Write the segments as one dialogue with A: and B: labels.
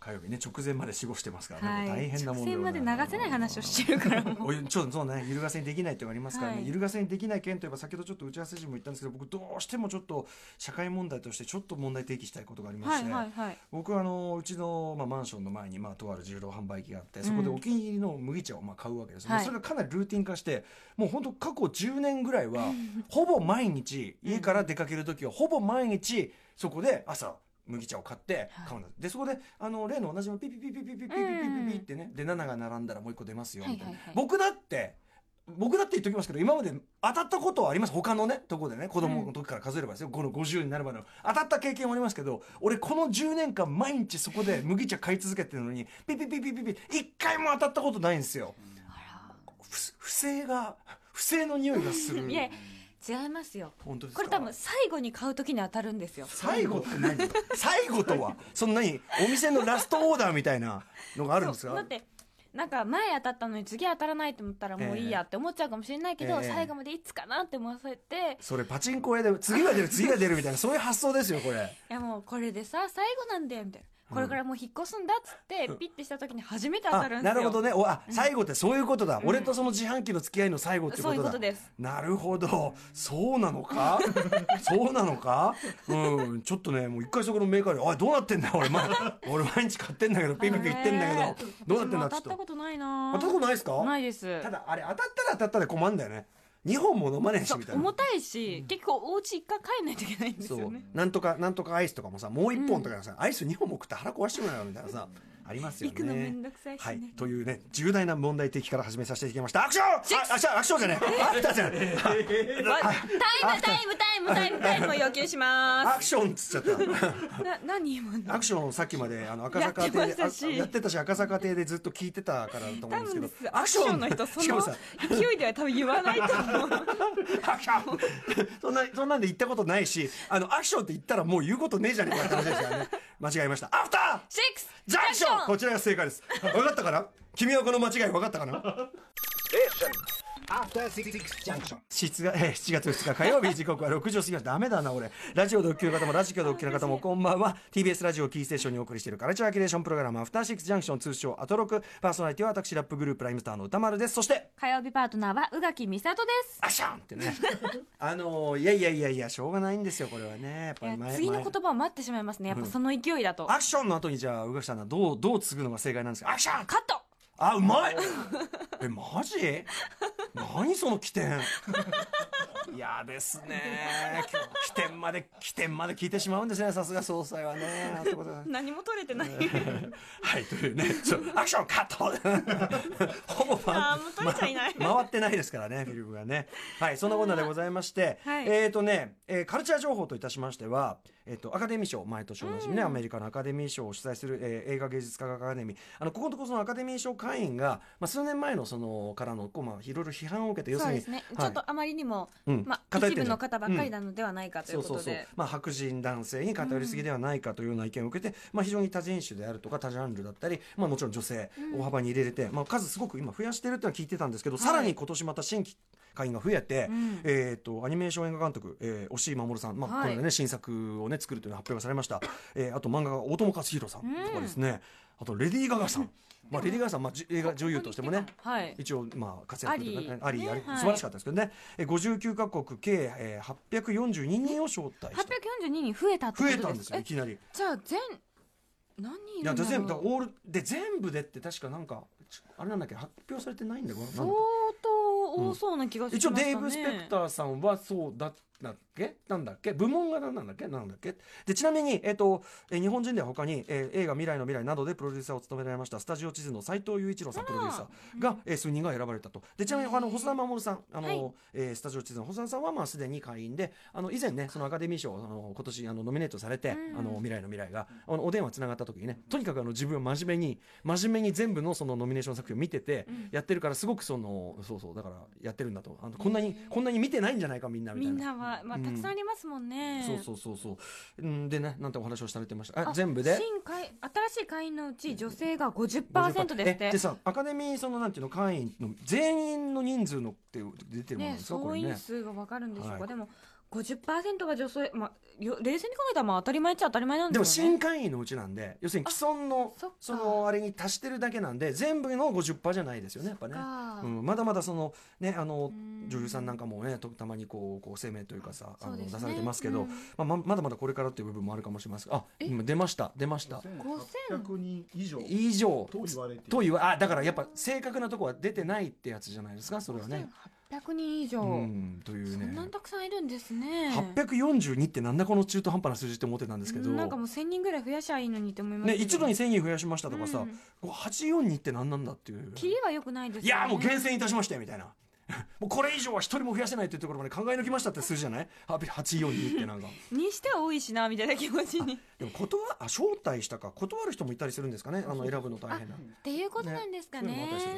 A: 火曜日ね直前まで死後してますからね、
B: は
A: も
B: い
A: う大変なもん
B: 直線まで流せない話をして るからもう
A: おいちょっとそうねゆるがせにできないってのがありますからね、
B: はい
A: ゆるがせにできない件といえば先ほどちょっと打ち合わせ時も言ったんですけど僕どうしてもちょっと社会問題としてちょっと問題提起したいことがありま
B: は
A: し
B: い
A: て、
B: はいはい
A: 僕はあのうちの、まあ、マンションの前に、まあ、とある自動販売機があってそこで
B: うん
A: お気に入りの麦茶をまあ買うわけです、
B: はい
A: まあそれがかなりルーティン化してもう本当過去10年ぐら いはほぼ毎日家から出かける時はほぼ毎日そこで朝麦茶を買って買うんだ、でそこであの例の同じのピピピピピピピピピピピってね、で7が並んだらもう一個出ますよみたいな、
B: はいはいはい
A: 僕だって僕だって言っときますけど今まで当たったことはあります他のねとこでね子供の時から数えればですよ、この50になるまでの当たった経験はありますけど俺この10年間毎日そこで麦茶買い続けてるのにピピピピピピ一回も当たったことないんですよ
B: あ
A: ふ不正が不正の匂いがする
B: いえら違いますよ
A: 本当です
B: こ
A: か
B: れ多分最後に買う時に当たるんですよ
A: 最後って何最後とはそんなにお店のラストオーダーみたいなのがあるんです
B: そうだ
A: か
B: ってなんか前当たったのに次当たらないと思ったらもういいやって思っちゃうかもしれないけど、
A: ええ
B: 最後までいつかなって思わせて
A: それパチンコ屋で次が出る次が出るみたいなそういう発想ですよこれ
B: いやもうこれでさ最後なんだよみたいなこれからもう引っ越すんだっつ ってピッてした時に初めて当たるんですよ
A: あなるほどねおあ最後ってそういうことだ、俺とその自販機の付き合いの最後ってことだ
B: そういうことです
A: なるほどそうなの かそうなのかうんちょっとねもう一回そこのメーカーに「おいどうなってんだ俺,、ま、俺毎日買ってんだけどピンピンピン言ってんだ
B: あれ
A: けどどうなってんだ」ちょっ
B: 私も当たった
A: と
B: ことないな
A: 当たったことないですか
B: ないです
A: ただあれ当たったら当たったで困るんだよね2本も飲まねえしみたいな
B: 重たいし、結構お家一回帰んないといけないんです
A: そ
B: よ
A: う
B: ね
A: なんとかなんとかアイスとかもさもう1本とかさ、アイス2本も食って腹壊してもらうよみたいなさありますよね
B: 行くのめんどくさいしね、
A: はい、というね重大な問題提起から始めさせていただきましたアクションあアクションアクションじゃねえアフターじゃねえ
B: わタイムタイムタイムタイムタイムを要求しま
A: アクションっつっちゃっ
B: すな何今の
A: たアクションさっきまであの赤坂
B: やっ
A: 亭
B: て
A: で
B: ましたし
A: あやってたし赤坂亭でずっと聞いてたからだと思
B: 多
A: うんですけ
B: 分
A: ど
B: ですアクションの人そ
A: しかも
B: の
A: さ
B: 勢いでは多分言 わないと思う
A: アクション そんなそんなんで言ったことないしあのアクションって言ったらもう言うことねえじゃねえかって話ですからね間違えましたアフター
B: シックス
A: ジャンクションこちらが正解です分かったかな君はこの間違い分かったかな
C: After Six Junction.
A: 7月えー7月2日火曜 日時刻は6時を過ぎましたダメだな俺ラジオ同級の方もラジオ同級の方 もこんばんは TBS ラジオキーステーションにお送りしているカルチャーキュレーションプログラム「アフターシックスジャンクション」通称アトロクパーソナリティは私ラップグループライムスターの歌丸ですそして
B: 火曜日パートナーは宇垣美里です
A: アシ ャンってねあのーいやいやいやいやしょうがないんですよこれはねやっ
B: い
A: ぱり
B: や
A: 前
B: 次の
A: 前
B: 言葉を待ってしまいますねやっぱその勢いだと、
A: アクションの後にじゃあ宇垣さんはどうどう継ぐのが正解なんですかアクション
B: カット
A: あうまいえマジ何その起点嫌ですね今日起点まで起点まで聞いてしまうんですねさすが総裁はねなんてことだ
B: 何も取れてない
A: はいというねそうアクションカット ほぼファン
B: あーもう取れちゃいない、
A: 回ってないですからね、フィリップがね。はい、そんなこんなでございまして、
B: はい
A: えっ、とね、えーカルチャー情報といたしましては、えっ、と、アカデミー賞、毎年おなじみね、アメリカのアカデミー賞を主催する、えー映画芸術科学アカデミー、あの、ここのところそのアカデミー賞会員が、まあ、数年前のその、からの、こう、まあ、いろいろ批判を受けて、要す
B: そう
A: る
B: で
A: に、
B: すね、
A: はい
B: ちょっとあまりにも、
A: うん
B: まあ、
A: 偏っ
B: 一
A: てん
B: 部
A: じゃん
B: の方ばっかりなのではないかということで、
A: まあ、白人男性に偏りすぎではないかというような意見を受けて、まあ、非常に多人種であるとか多ジャンルだったり、まあ、もちろん女性大幅に入れれて、まあ、数すごく今増やしてるってのは聞いてたんですけど、
B: はい
A: さらに今年また新規会員が増えて、
B: うん
A: えー、とアニメーション映画監督、えー、押井守さん、まあ
B: はい
A: これでね新作を、ね、作るというのが発表がされました、えーあと漫画が大友克洋さんとかですね、あとレディー・ガガさん、まあ、レディー・ガガさん、まあ、じ映画女優としてもね
B: はい
A: 一応、まあ、活躍というかねあ
B: あ
A: り
B: り
A: あり
B: ねはい
A: 素晴らしかったですけどね、えー59カ国計、えー、842人を招待した
B: 842人増えたって
A: 増
B: こ
A: え
B: と
A: たん
B: で
A: ですすよいきなり
B: えじゃあ全何人
A: い
B: いる
A: や
B: んだろ
A: 全部だ
B: う
A: オールで全部でって確かなんかちあれなんだっけ発表されてないんだよこれなんだっ
B: 相
A: け
B: 当多そうな気がしま
A: 一
B: した
A: 応
B: ね、
A: デーブ・スペクターさんはそうだなんだっけなんだっけ部門が何なんだっけなんだっけでちなみに、えっとえー日本人では他に、えー映画「未来の未来」などでプロデューサーを務められましたスタジオ地図の斎藤雄一郎さんプロデューサーが、えー数人が選ばれたとでちなみにあの細田守さんあの、
B: はい
A: えースタジオ地図の細田さんは、まあ、すでに会員であの以前ねそのアカデミー賞あの今年あのノミネートされて「
B: うん
A: あの未来の未来が」あのお電話つながった時にねとにかくあの自分は真面目に真面目に全部のそのノミネーション作品を見てて、やってるからすごくそのそうそうだからやってるんだとあのこんなにこんなに見てないんじゃないかみんなみ
B: み
A: たい
B: ん
A: な。
B: なは、まあ、
A: うん
B: たくさんありますもんね、
A: そうそうそうそううんでねなんてお話をされてましたあ
B: あ
A: 全部で
B: 新会新しい会員のうち女性が
A: 50%
B: 50%ですって
A: えでさアカデミーそのなんていうの会員の全員の人数のって出てるものなん
B: ね
A: ですか、こ
B: 総
A: れ
B: 員
A: ね
B: 数がわかるんでしょうか、
A: はい
B: でも50%が女性、まあ、よ冷静に考えたらまあ当たり前っちゃ当たり前なん
A: でも
B: だよね
A: 新会員のうちなんで要するに既存の
B: そっか
A: そのあれに足してるだけなんで全部の50%じゃないですよねやっぱね、
B: か
A: うん、まだまだそのねあの
B: うん
A: 女優さんなんかもねとたまにこうこう声明というかさあ
B: そ
A: の
B: うで
A: 出
B: すね
A: されてますけど、
B: うん
A: まあ、ままだまだこれからっていう部分もあるかもしれませんあ
B: え
A: 今出ました出ました
B: 5800
C: 5800人以上
A: 以上
C: と言われている
A: というあだからやっぱ正確なとこは出てないってやつじゃないですかそれはね。
B: 5800人以上、
A: うんという
B: そん
A: ね
B: なにたくさんいるんですね
A: 842ってなんだこの中途半端な数字って思ってたんですけど、
B: うんなんかもう1000人ぐらい増やしゃいいのにって思います
A: ね、
B: けど
A: 一度に1000人増やしましたとかさ、
B: うん
A: こう842って何なんだっていう。
B: キリは良くないです
A: いやーもう厳選いたしましたよみたいなもうこれ以上は一人も増やせないというところまで考え抜きましたって数字じゃないあ842ってなんか
B: にしては多いしなみたいな気持ちにっ
A: でも断 あ招待したか断る人もいたりするんですかねあの選ぶの大変な
B: ていうことなんですかね
A: ね
B: そ
A: そ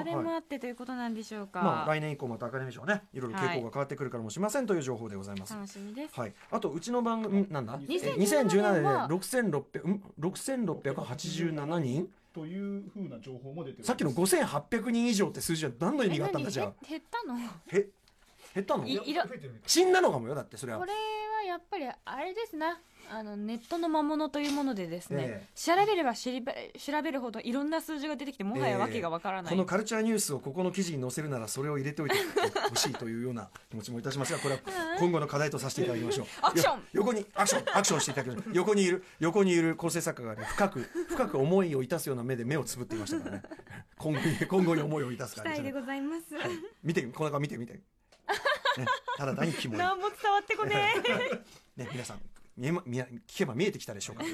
A: うい
B: れ
A: うのも
B: も
A: あ
B: あってということなんでしょうか、
A: まあ来年以降またアカデミー賞はねいろいろ傾向が変わってくるかもしれませんという情報でございます、はい
B: 楽しみです、
A: あとうちの番組んなんだ
B: 2017
A: 2017年で6600ん6687人
C: というふうな情報も出ております
A: さっきの5800人以上って数字は何の意味があったんだじゃあ
B: え何減ったの
A: へ減ったの
B: いいろ
C: 増えてるみたい
A: 死んだのかもよだってそれは
B: これはやっぱりあれですなあのネットの魔物というものでですね、
A: ええ
B: 調べれば知りば調べるほどいろんな数字が出てきてもはや訳がわからない、
A: このカルチャーニュースをここの記事に載せるならそれを入れておいてほしいというような気持ちもいたしますがこれは今後の課題とさせていただきましょう
B: アクション
A: よ横にアクションアクションしていただきましょう横にいる横にいる構成作家が、ね、深く深く思いをいたすような目で目をつぶっていました からね今後に今後に思いをいたす
B: 期
A: から
B: 待で
A: ね
B: ございます、
A: 見てこの顔見て見て、ね、ただ単にキモい
B: なんも伝わってこねえ
A: ね、皆さん見え、ま、見え聞けば見えてきたでしょうか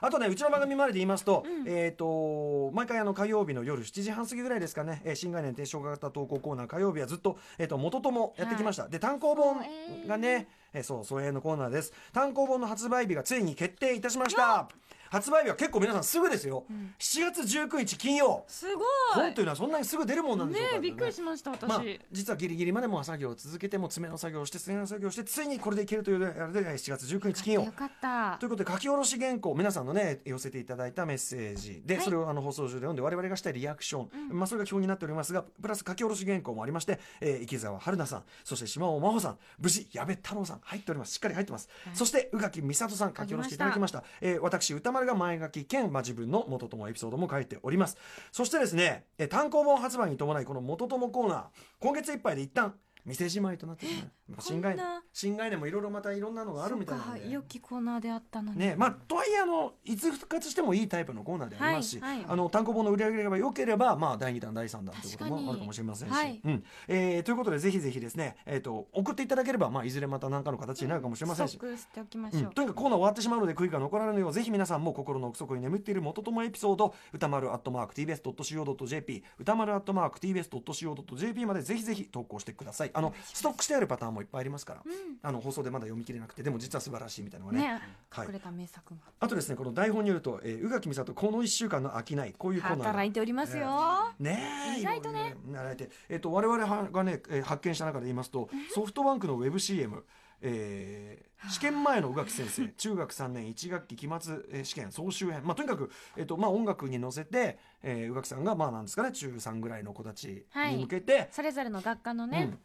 A: あとねうちの番組までで言いますと,、えー、と毎回あの火曜日の夜7時半過ぎぐらいですかね、えー新概念提唱型投稿コーナー火曜日はずっと,、えー、と元ともやってきました、で単行本がねえーそうそういうのコーナーです単行本の発売日がついに決定いたしました発売日は結構皆さんすぐですよ、7月19日金曜
B: すごい
A: 本というのはそんなにすぐ出るもんなんで
B: ね
A: しょうか
B: えびっくりしました私、
A: まあ、実はギリギリまでもう作業を続けても爪の作業をして爪の作業をしてついにこれでいけるというあれで7月19日金曜
B: よかった
A: ということで書き下ろし原稿皆さんのね寄せていただいたメッセージで、
B: はい
A: それをあの放送中で読んで我々がしたいリアクション、まあ、それが基本になっておりますがプラス書き下ろし原稿もありまして、えー池澤春菜さんそして島尾真帆さん無事矢部太郎さん入っておりますしっかり入ってます、そして宇垣美里さん書き下ろしていただきましたえー私歌丸が前書き兼、まあ、自分の元友エピソードも書いておりますそしてですね、えー単行本発売に伴いこの元友コーナー今月いっぱいで一旦店じまいとなってしまうまあ新概
B: こんな
A: 新概念もいろいろまたいろんなのがあるみたいなの
B: そう
A: で
B: か良きコーナーであったのに、
A: ねまあ、とはいえあのいつ復活してもいいタイプのコーナーでありますし、
B: はいはい
A: あの単行本の売り上げが良ければ、まあ、第2弾第3弾ということ
B: 確かに
A: もあるかもしれませんし、
B: はい
A: うんえーということでぜひぜひですね、えー、と送っていただければ、まあ、いずれまた何かの形になるかもしれません
B: ス
A: し
B: ト。ックしておきまし
A: う
B: ょう、
A: ん、とにかくコーナー終わってしまうので悔いが残らぬようぜひ皆さんも心の奥底に眠っている元友エピソード歌丸 atmarktbs.co.jp 歌丸 atmarktbs.co.jp までぜひぜひ投稿してくださいあのストックしてあるパターンもいっぱいありますから、あの放送でまだ読み切れなくてでも実は素晴らしいみたいなのがね
B: ね
A: はい
B: 隠れた名作が、
A: あとですねこの台本によると、えー、宇垣美里この1週間の商いこういうコーナーが
B: 働いておりますよ、
A: ねえ
B: 意外とね
A: いろいろやられて、えっと我々はがね、えー発見した中で言いますとソフトバンクのウェブ CM えー試験前の宇垣先生 中学3年1学期期末えー試験総集編、まあ、とにかく、えっとまあ、音楽に乗せて、えー、宇垣さんが、まあ、なんですかね中3ぐらいの子たちに向けて、
B: それぞれの学科のね、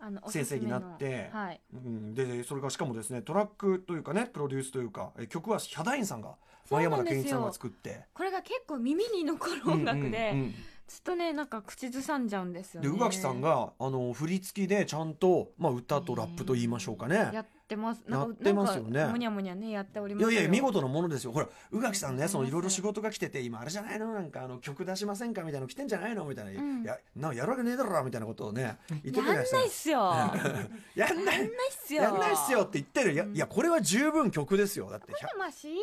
B: あのおす
A: 先
B: す
A: 生
B: め
A: に
B: の
A: なって、
B: はい、
A: うん、でそれがしかもですねトラックというかねプロデュースというか、えー曲はヒャダインさんが
B: そう
A: 前
B: な
A: 山
B: ん
A: 田
B: です
A: 健一
B: よ
A: さんが作って。
B: これが結構耳に残る音楽で、
A: うんうんうん
B: ずっとねなんか口ずさんじゃうんですよ
A: で
B: ね
A: 宇垣さんがあの振り付きでちゃんと、まあ、歌とラップと言いましょうかね
B: や。ってますなんか
A: やってますよね
B: なんかもにゃもにゃねやっており
A: い
B: ます
A: や
B: よ
A: いや見事なものですよほら宇垣さん
B: う
A: ね
B: ん
A: そのいろいろ仕事が来てて今あれじゃないのなんかあの曲出しませんかみたいなの来てんじゃないのみたいな,、
B: ん
A: やなんかやるわけねえだろみたいなことをね言って
B: や
A: く
B: ん
A: れ
B: ない
A: た
B: っ
A: りした
B: すよやんないっ
A: やんない
B: すよ
A: やんないっすよって言ってるいやいやこれは十分曲ですよだってひゃ
B: まあ CM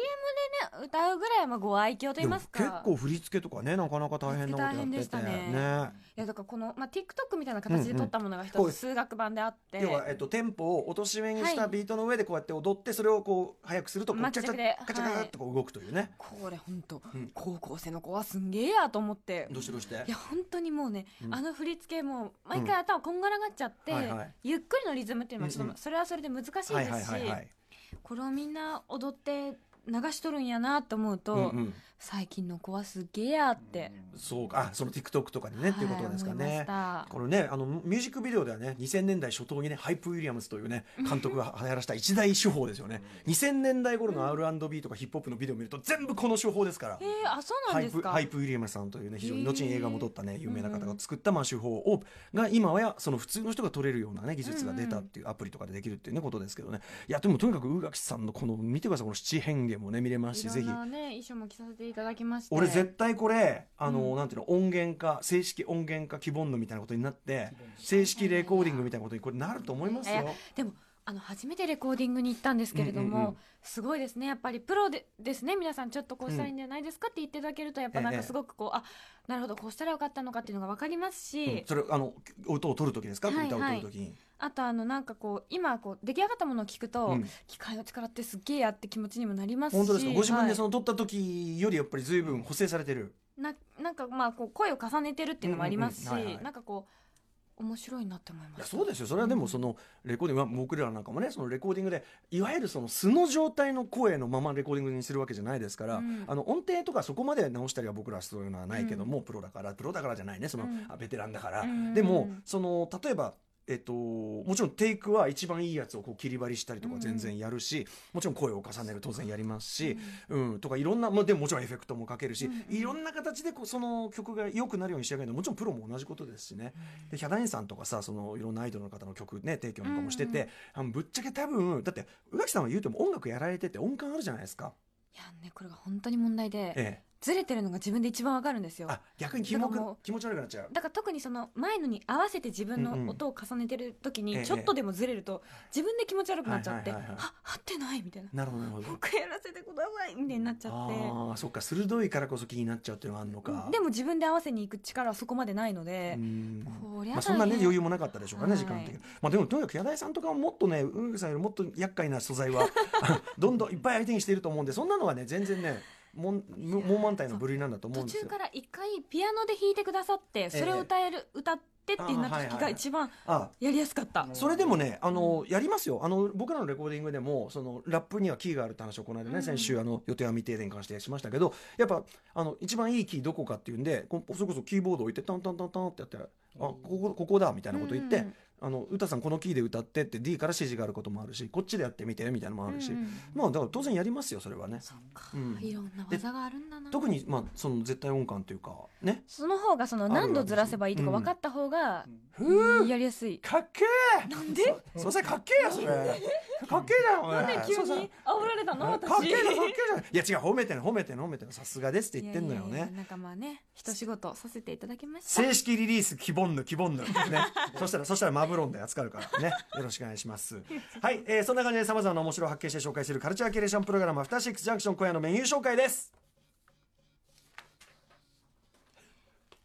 B: でね歌うぐらいはまあご愛嬌と言いますか
A: でも結構振り付けとかねなかなか大変なことやっ
B: 振り付け大変で
A: て
B: してたね
A: ね
B: いやだからこの、まあ、TikTok みたいな形で撮ったものが一
A: うんうん
B: つ数学版であって、
A: 要は、えっと、テンポを落とし目にした
B: はい
A: ビートの上でこうやって踊ってそれをこう速くするとこう
B: マッ
A: ち
B: チ
A: ゃ
B: ャ
A: ちゃ
B: クで
A: カチャカチャってこう動くというね、
B: これ本当、
A: うん
B: 高校生の子はすんげえやと思って
A: どうしてどうして
B: いや本当にもうね、
A: うん
B: あの振り付けもう毎
A: う
B: 回頭こんがらがっちゃって、
A: はいはい
B: ゆっくりのリズムっていうのはちょっ
A: うんう
B: とそれはそれで難しいですし、
A: はいはいはいはい
B: これをみんな踊って流しとるんやなと思うと、
A: うんうん
B: 最近の子はすげえやって、
A: そうかあその TikTok とかでね、っていうことですか
B: はい思いま
A: ね
B: し。た
A: これねあのミュージックビデオではね2000年代初頭にねハイプ・ウィリアムズというね監督が流行らした一大手法ですよね2000年代頃の R&B とかヒップホップのビデオを見ると全部この手法ですから
B: え。ー、あそうな
A: ハ
B: ん
A: イ
B: です
A: プ
B: か
A: ハイプ・ウィリアムズさんというね非常に
B: へー
A: 後に映画も撮ったね有名な方が作ったまあ手法をが今はその普通の人が撮れるようなね技術が出たっていうアプリとかでできるっていうねことですけどねいやでもとにかく宇垣さんのこの見てくださいこの七変化もね見れますしぜ
B: い
A: ひ
B: ろんなね衣装も着させていただきまして
A: 俺絶対これあの、
B: うん
A: なんていうの音源化正式音源化希望のみたいなことになって正式レコーディングみたいなことにこれなると思います
B: いや
A: よ。
B: でもあの初めてレコーディングに行ったんですけれども、
A: うんうんうん
B: すごいですねやっぱりプロでですね皆さんちょっとこうしたらいいんじゃないですかって言っていただけるとやっぱなん
A: ええ
B: かすごくこう、あなるほどこうしたらよかったのかっていうのが分かりますし、
A: うんそれあの音を取るときですか、
B: はいはい
A: 歌を取るときに、
B: あとあのなんかこう今こう出来上がったものを聞くと、
A: うん
B: 機械の力ってすげえやって気持ちにもなりますし
A: 本当ですかご自分でそ
B: は
A: の取った時よりやっぱり随分補正されてる、
B: いななんかまあこう声を重ねてるっていうのもありますし、
A: うんうんうんはいはい
B: なんかこう面白いなって思いま
A: いや
B: す
A: そうですよそれはでもそのレコーディングは僕らなんかもねそのレコーディングでいわゆるその素の状態の声のままレコーディングにするわけじゃないですから、
B: うん
A: あの音程とかそこまで直したりは僕らはそういうのはないけども、プロだからプロだからじゃないねその、
B: うん
A: あベテランだから、
B: うん
A: でもその例えばえっと、もちろんテイクは一番いいやつをこう切り張りしたりとか全然やるし、もちろん声を重ねる当然やりますし、うん、とかいろんな、まあ、でももちろんエフェクトもかけるし、
B: うんうん
A: いろんな形でこうその曲が良くなるように仕上げるのはもちろんプロも同じことですしね、でヒャダインさんとかさそのいろんなアイドルの方の曲ね提供なんかもしてて、
B: うんう
A: あのぶっちゃけ多分だって宇垣さんは言うても音楽やられてて音感あるじゃないですか、
B: いやねこれが本当に問題で
A: ええ、
B: ずれてるのが自分で一番わかるんですよ
A: あ逆に気も
B: だからもう
A: 気持ち悪くなっちゃう。
B: だから特にその前のに合わせて自分
A: うんうん
B: の音を重ねてる時
A: ええ
B: にちょっとでもずれると自分で気持ち悪くなっちゃって「
A: は
B: はい
A: はいはいはい
B: 合ってない」みたいな
A: なるほどなるほ
B: 「もう
A: ど
B: 一回やらせてください」みたいになっちゃっ
A: ああそっか鋭いからこそ気になっちゃうっていうのがあるのか
B: てでも自分で合わせに行く力はそこまでないので
A: うん
B: こりゃ
A: まあ、
B: 大変
A: そんなね余裕もなかったでしょうからね、
B: は
A: 時
B: い
A: 間的に、まあ、でもとにかく矢台さんとかはもっとねウーさんよりもっと厄介な素材は どんどんいっぱい相手にしていると思うんでそんなのはね全然ねもんも猛満体の部類なんだと思う
B: 途
A: んです
B: 中
A: よ
B: か。ら一回ピアノで弾いてくださってそれを歌える歌ってってなった
A: あーはいは
B: 時
A: いは
B: が
A: い
B: 一番
A: あ
B: やりやすかった
A: それでもね、あの、やりますよ。あの、僕らのレコーディングでも、その、ラップにはキーがあるって話をこの間ね、
B: うん
A: 先週、あの、予定は未定でに関してしましたけど、やっぱ、あの、一番いいキーどこかっていうんで、こうそれこそキーボード置いて、タンタンタンタンってやって、あ、ここ、ここだ、みたいなこと言って、
B: うんうん
A: あの、歌さんこのキーで歌ってって D から指示があることもあるし、こっちでやってみて、みたいなのもあるし。
B: うんうん
A: まあ、だから当然やりますよ、それはね。
B: そっか
A: うん
B: いろんな技があるんだな
A: 特に、まあ、その絶対音感というか、ね。
B: その方がその何度ずらせばいいとか分かった方がうんやりやすい
A: かっけ
B: なんで
A: え素材かっけえよ、それ。かっけえだよ、おい
B: なんで急
A: そうそう
B: に煽られたの
A: かっ
B: 私
A: けえなかっけえじゃんいや違う褒めてる褒めてる褒めてるさすがですって言ってんのよ
B: いやいやい
A: ね
B: やなんかまあね一仕事させていただきました
A: 正式リリース希望ぬ希望ぬねそしたらそしたらマブロンで扱うからねよろしくお願いしますはい、えーそんな感じでさまざまな面白を発見して紹介するカルチャーキュレーションプログラム「アフターシックスジャンクション」今夜のメニュー紹介です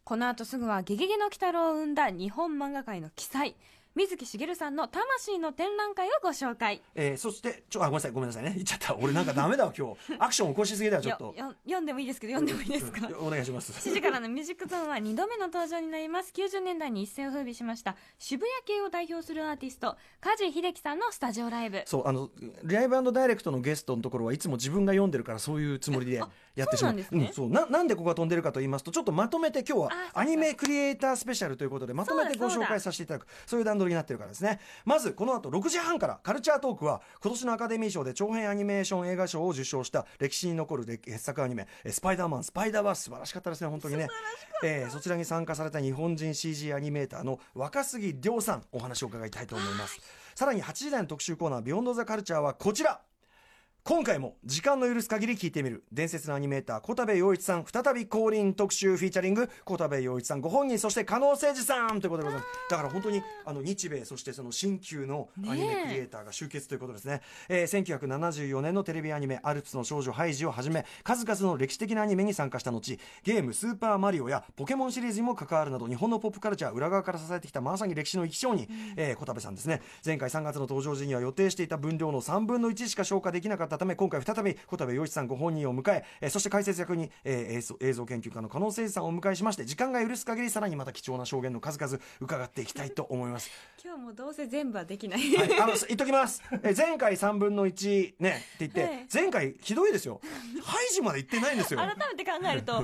B: この後すぐは「ゲゲゲの鬼太郎」を生んだ日本漫画界の奇才水木しげるさんの魂の展覧会をご紹介
A: えーそしてちょあごめんなさいごめんなさいね言っ ちゃった俺なんかダメだわ今日アクション起こしすぎだよちょっと
B: よよ読んでもいいですけど読んでもいいですか
A: うんお願いします
B: 7時からのミュージックゾーンは2度目の登場になります90年代に一世を風靡しました渋谷系を代表するアーティスト梶秀樹さんのスタジオライブ
A: そうあのライブダイレクトのゲストのところはいつも自分が読んでるからそういうつもりでやってしまう
B: そうなんですね
A: んそうななんでここが飛んでるかと言いますとちょっとまとめて今日は
B: あそうか
A: アニメクリエイタースペシャルということでまとめてご
B: そうだ
A: 紹介させていただくそういう段取りになってるからですねまずこの後6時半からカルチャートークは今年のアカデミー賞で長編アニメーション映画賞を受賞した歴史に残る歴傑作アニメ「えスパイダーマンスパイダーバース」素晴らしかったですね本当にね、えーそちらに参加された日本人 CG アニメーターの若杉亮さんお話を伺いたいと思いますさらに8時台の特集コーナー「ビヨンド・ザ・カルチャー」はこちら今回も時間の許す限り聞いてみる伝説のアニメーター小田部陽一さん再び降臨特集フィーチャリング小田部陽一さんご本人そして加納誠二さんということでございますだから本当にあの日米そしてその新旧のアニメクリエイターが集結ということですねえー1974年のテレビアニメ「アルプスの少女ハイジ」をはじめ数々の歴史的なアニメに参加した後ゲーム「スーパーマリオ」やポケモンシリーズにも関わるなど日本のポップカルチャー裏側から支えてきたまさに歴史の生き証人、えー小田部さんですね前回3月の登場時には予定していた分量の3分の1しか消化できなかったため今回再び小田部陽一さんご本人を迎ええーそして解説役に、えー映像映像研究家の加納誠司さんをお迎えしまして時間が許す限りさらにまた貴重な証言の数々伺っていきたいと思います
B: 今日もどうせ全部はできない、
A: はい、あの言っときます。え前回3分の1ねって言って、
B: はい
A: 前回ひどいですよ。ハイジまで行ってないんですよ。
B: 改めて考える と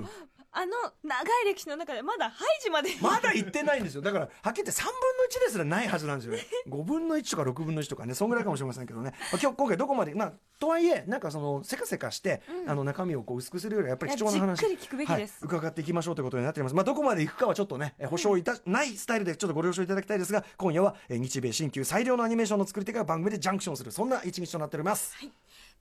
B: あの長い歴史の中でまだハイジまで
A: まだ行ってないんですよ。だから、はっきり言って3分の1ですらないはずなんですよ。5分の1とか6分の1とかね、そんぐらいかもしれませんけどね。まあ今日、今回どこまで、まあ、とはいえ、なんかその、せかせかして、あの、中身をこう薄くするよりは、やっぱり貴重な話。
B: いやじっくり聞くべきです
A: はい。伺っていきましょうということになっております。まあ、どこまで行くかはちょっとね、え保証いた、ないスタイルでちょっとご了承いただきたいですが、今夜は、え日米新旧最良のアニメーションの作り手が番組でジャンクションする、そんな一日となっております。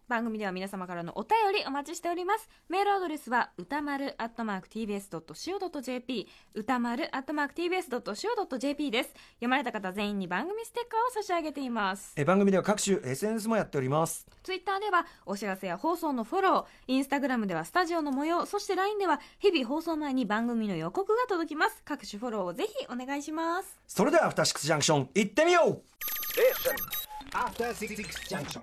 B: 番組では皆様からのお便りお待ちしておりますメールアドレスは歌丸 tbs.co.jp 歌丸 tbs.co.jp です読まれた方全員に番組ステッカーを差し上げています
A: え番組では各種 SNS もやっております。
B: ツイッターではお知らせや放送のフォローインスタグラムではスタジオの模様そして LINE では日々放送前に番組の予告が届きます各種フォローをぜひお願いします
A: それでは、アフターシックスジャンクション、行ってみよう
C: After Six Junction.